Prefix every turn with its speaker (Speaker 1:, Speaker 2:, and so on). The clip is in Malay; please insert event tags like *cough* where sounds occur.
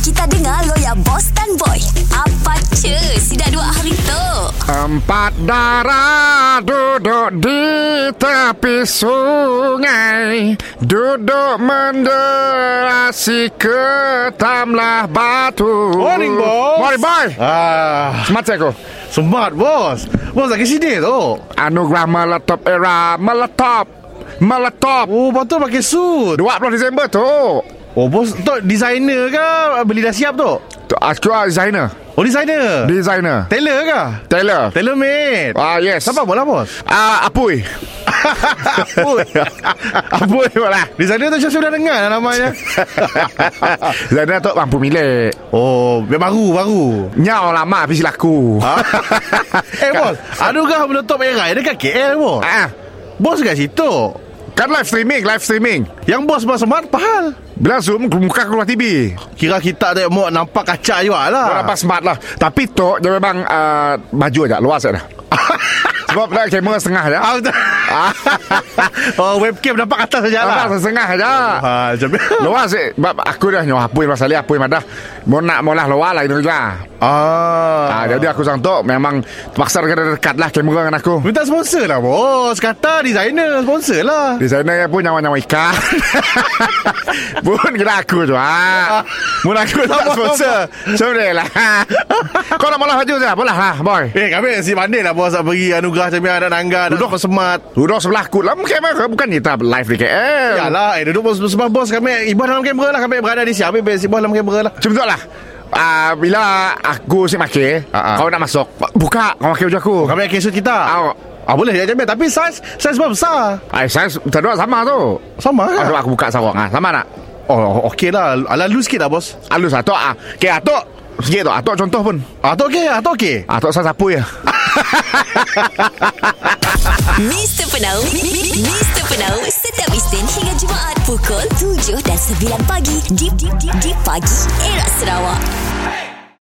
Speaker 1: Kita dengar lo ya Boss dan Boy Apa cu Si dah dua hari tu
Speaker 2: Empat darah duduk di tepi sungai Duduk menderasi ketamlah batu
Speaker 3: Morning, boss.
Speaker 2: Morning, boy
Speaker 3: Ah,
Speaker 2: Semat cikgu
Speaker 3: smart bos. Bos lagi sini tu.
Speaker 2: Anugerah meletop era Meletop Meletop
Speaker 3: Oh, patut pakai suit.
Speaker 2: 20 Disember tu
Speaker 3: Oh, bos tu designer ke beli dah siap tu?
Speaker 2: Tu Aku ah, designer
Speaker 3: Oh, designer.
Speaker 2: Designer
Speaker 3: Tailor ke?
Speaker 2: Taylor
Speaker 3: Tailor made.
Speaker 2: Ah yes
Speaker 3: Siapa bola bos?
Speaker 2: Ah Apui
Speaker 3: Apoi.
Speaker 2: *laughs* Apui pula *laughs*
Speaker 3: Designer tu saya sudah dengar lah namanya.
Speaker 2: Zainal tu mampu milik
Speaker 3: oh, yang baru, baru. *laughs*
Speaker 2: Nyau lama habis laku *laughs* ha?
Speaker 3: eh bos, anugerah meletup era dekat KL bos.
Speaker 2: ah,
Speaker 3: Bos kat situ.
Speaker 2: Kan live streaming Live streaming
Speaker 3: Yang bos bos smart pahal.
Speaker 2: Bila zoom Muka keluar TV
Speaker 3: Kira kita tak mau nampak kaca juga lah.
Speaker 2: Berapa smart lah Tapi tu Dia memang uh, Baju aja Luas *laughs* aja Sebab dah kamera setengah aja
Speaker 3: Ah, betul. *laughs* oh, webcam nampak atas saja lah.
Speaker 2: Luas setengah aja
Speaker 3: Ah, macam *laughs*
Speaker 2: Luas eh Sebab aku dah nyawa Apui masalah Apui madah Mau nak mau lah luar lah Itu juga
Speaker 3: Ah.
Speaker 2: Ah, jadi aku sang tu memang terpaksa kena dekat lah kamera dengan aku.
Speaker 3: Minta sponsor lah bos Kata designer sponsor lah
Speaker 2: Di sana ya pun nyawa-nyawa ikan *laughs* Pun kena aku tu ha. Mun aku tak sponsor Sudah lah *laughs* Kau nak malah baju saya Boleh lah boy
Speaker 3: Eh kami si pandai lah bos Nak beri anugerah macam ni Anak nangga Anak
Speaker 2: Duduk.
Speaker 3: semat
Speaker 2: Duduk sebelah aku lah kamera Bukan kita live di KL
Speaker 3: Yalah eh, Duduk bos sebelah bos Kami Ibu dalam kamera lah Kami berada di siap Habis si bos dalam kamera lah
Speaker 2: Cuma tu lah Ah, bila aku si maki,
Speaker 3: Ah, ah.
Speaker 2: kau nak masuk, buka kau pakai baju aku.
Speaker 3: Kami akan suit kita
Speaker 2: Ah,
Speaker 3: Ah boleh ya jamin Tapi saiz Saiz bos besar
Speaker 2: Ay, saya terdua sama tu.
Speaker 3: Sama
Speaker 2: Aduh
Speaker 3: kan
Speaker 2: aku buka sarung ah, sama tak?
Speaker 3: Oh okey lah Alah lu sikit lah bos
Speaker 2: Alus atok ah. Ke atok sikit tu, atok contoh pun.
Speaker 3: Atau Ah, okey Atau okey
Speaker 2: Atok saya sapu ya.
Speaker 1: Mr. Penau Mr. Penau Setiap Isnin hingga Jumaat Pukul 7 dan 9 pagi Di, di, di, di pagi Era Sarawak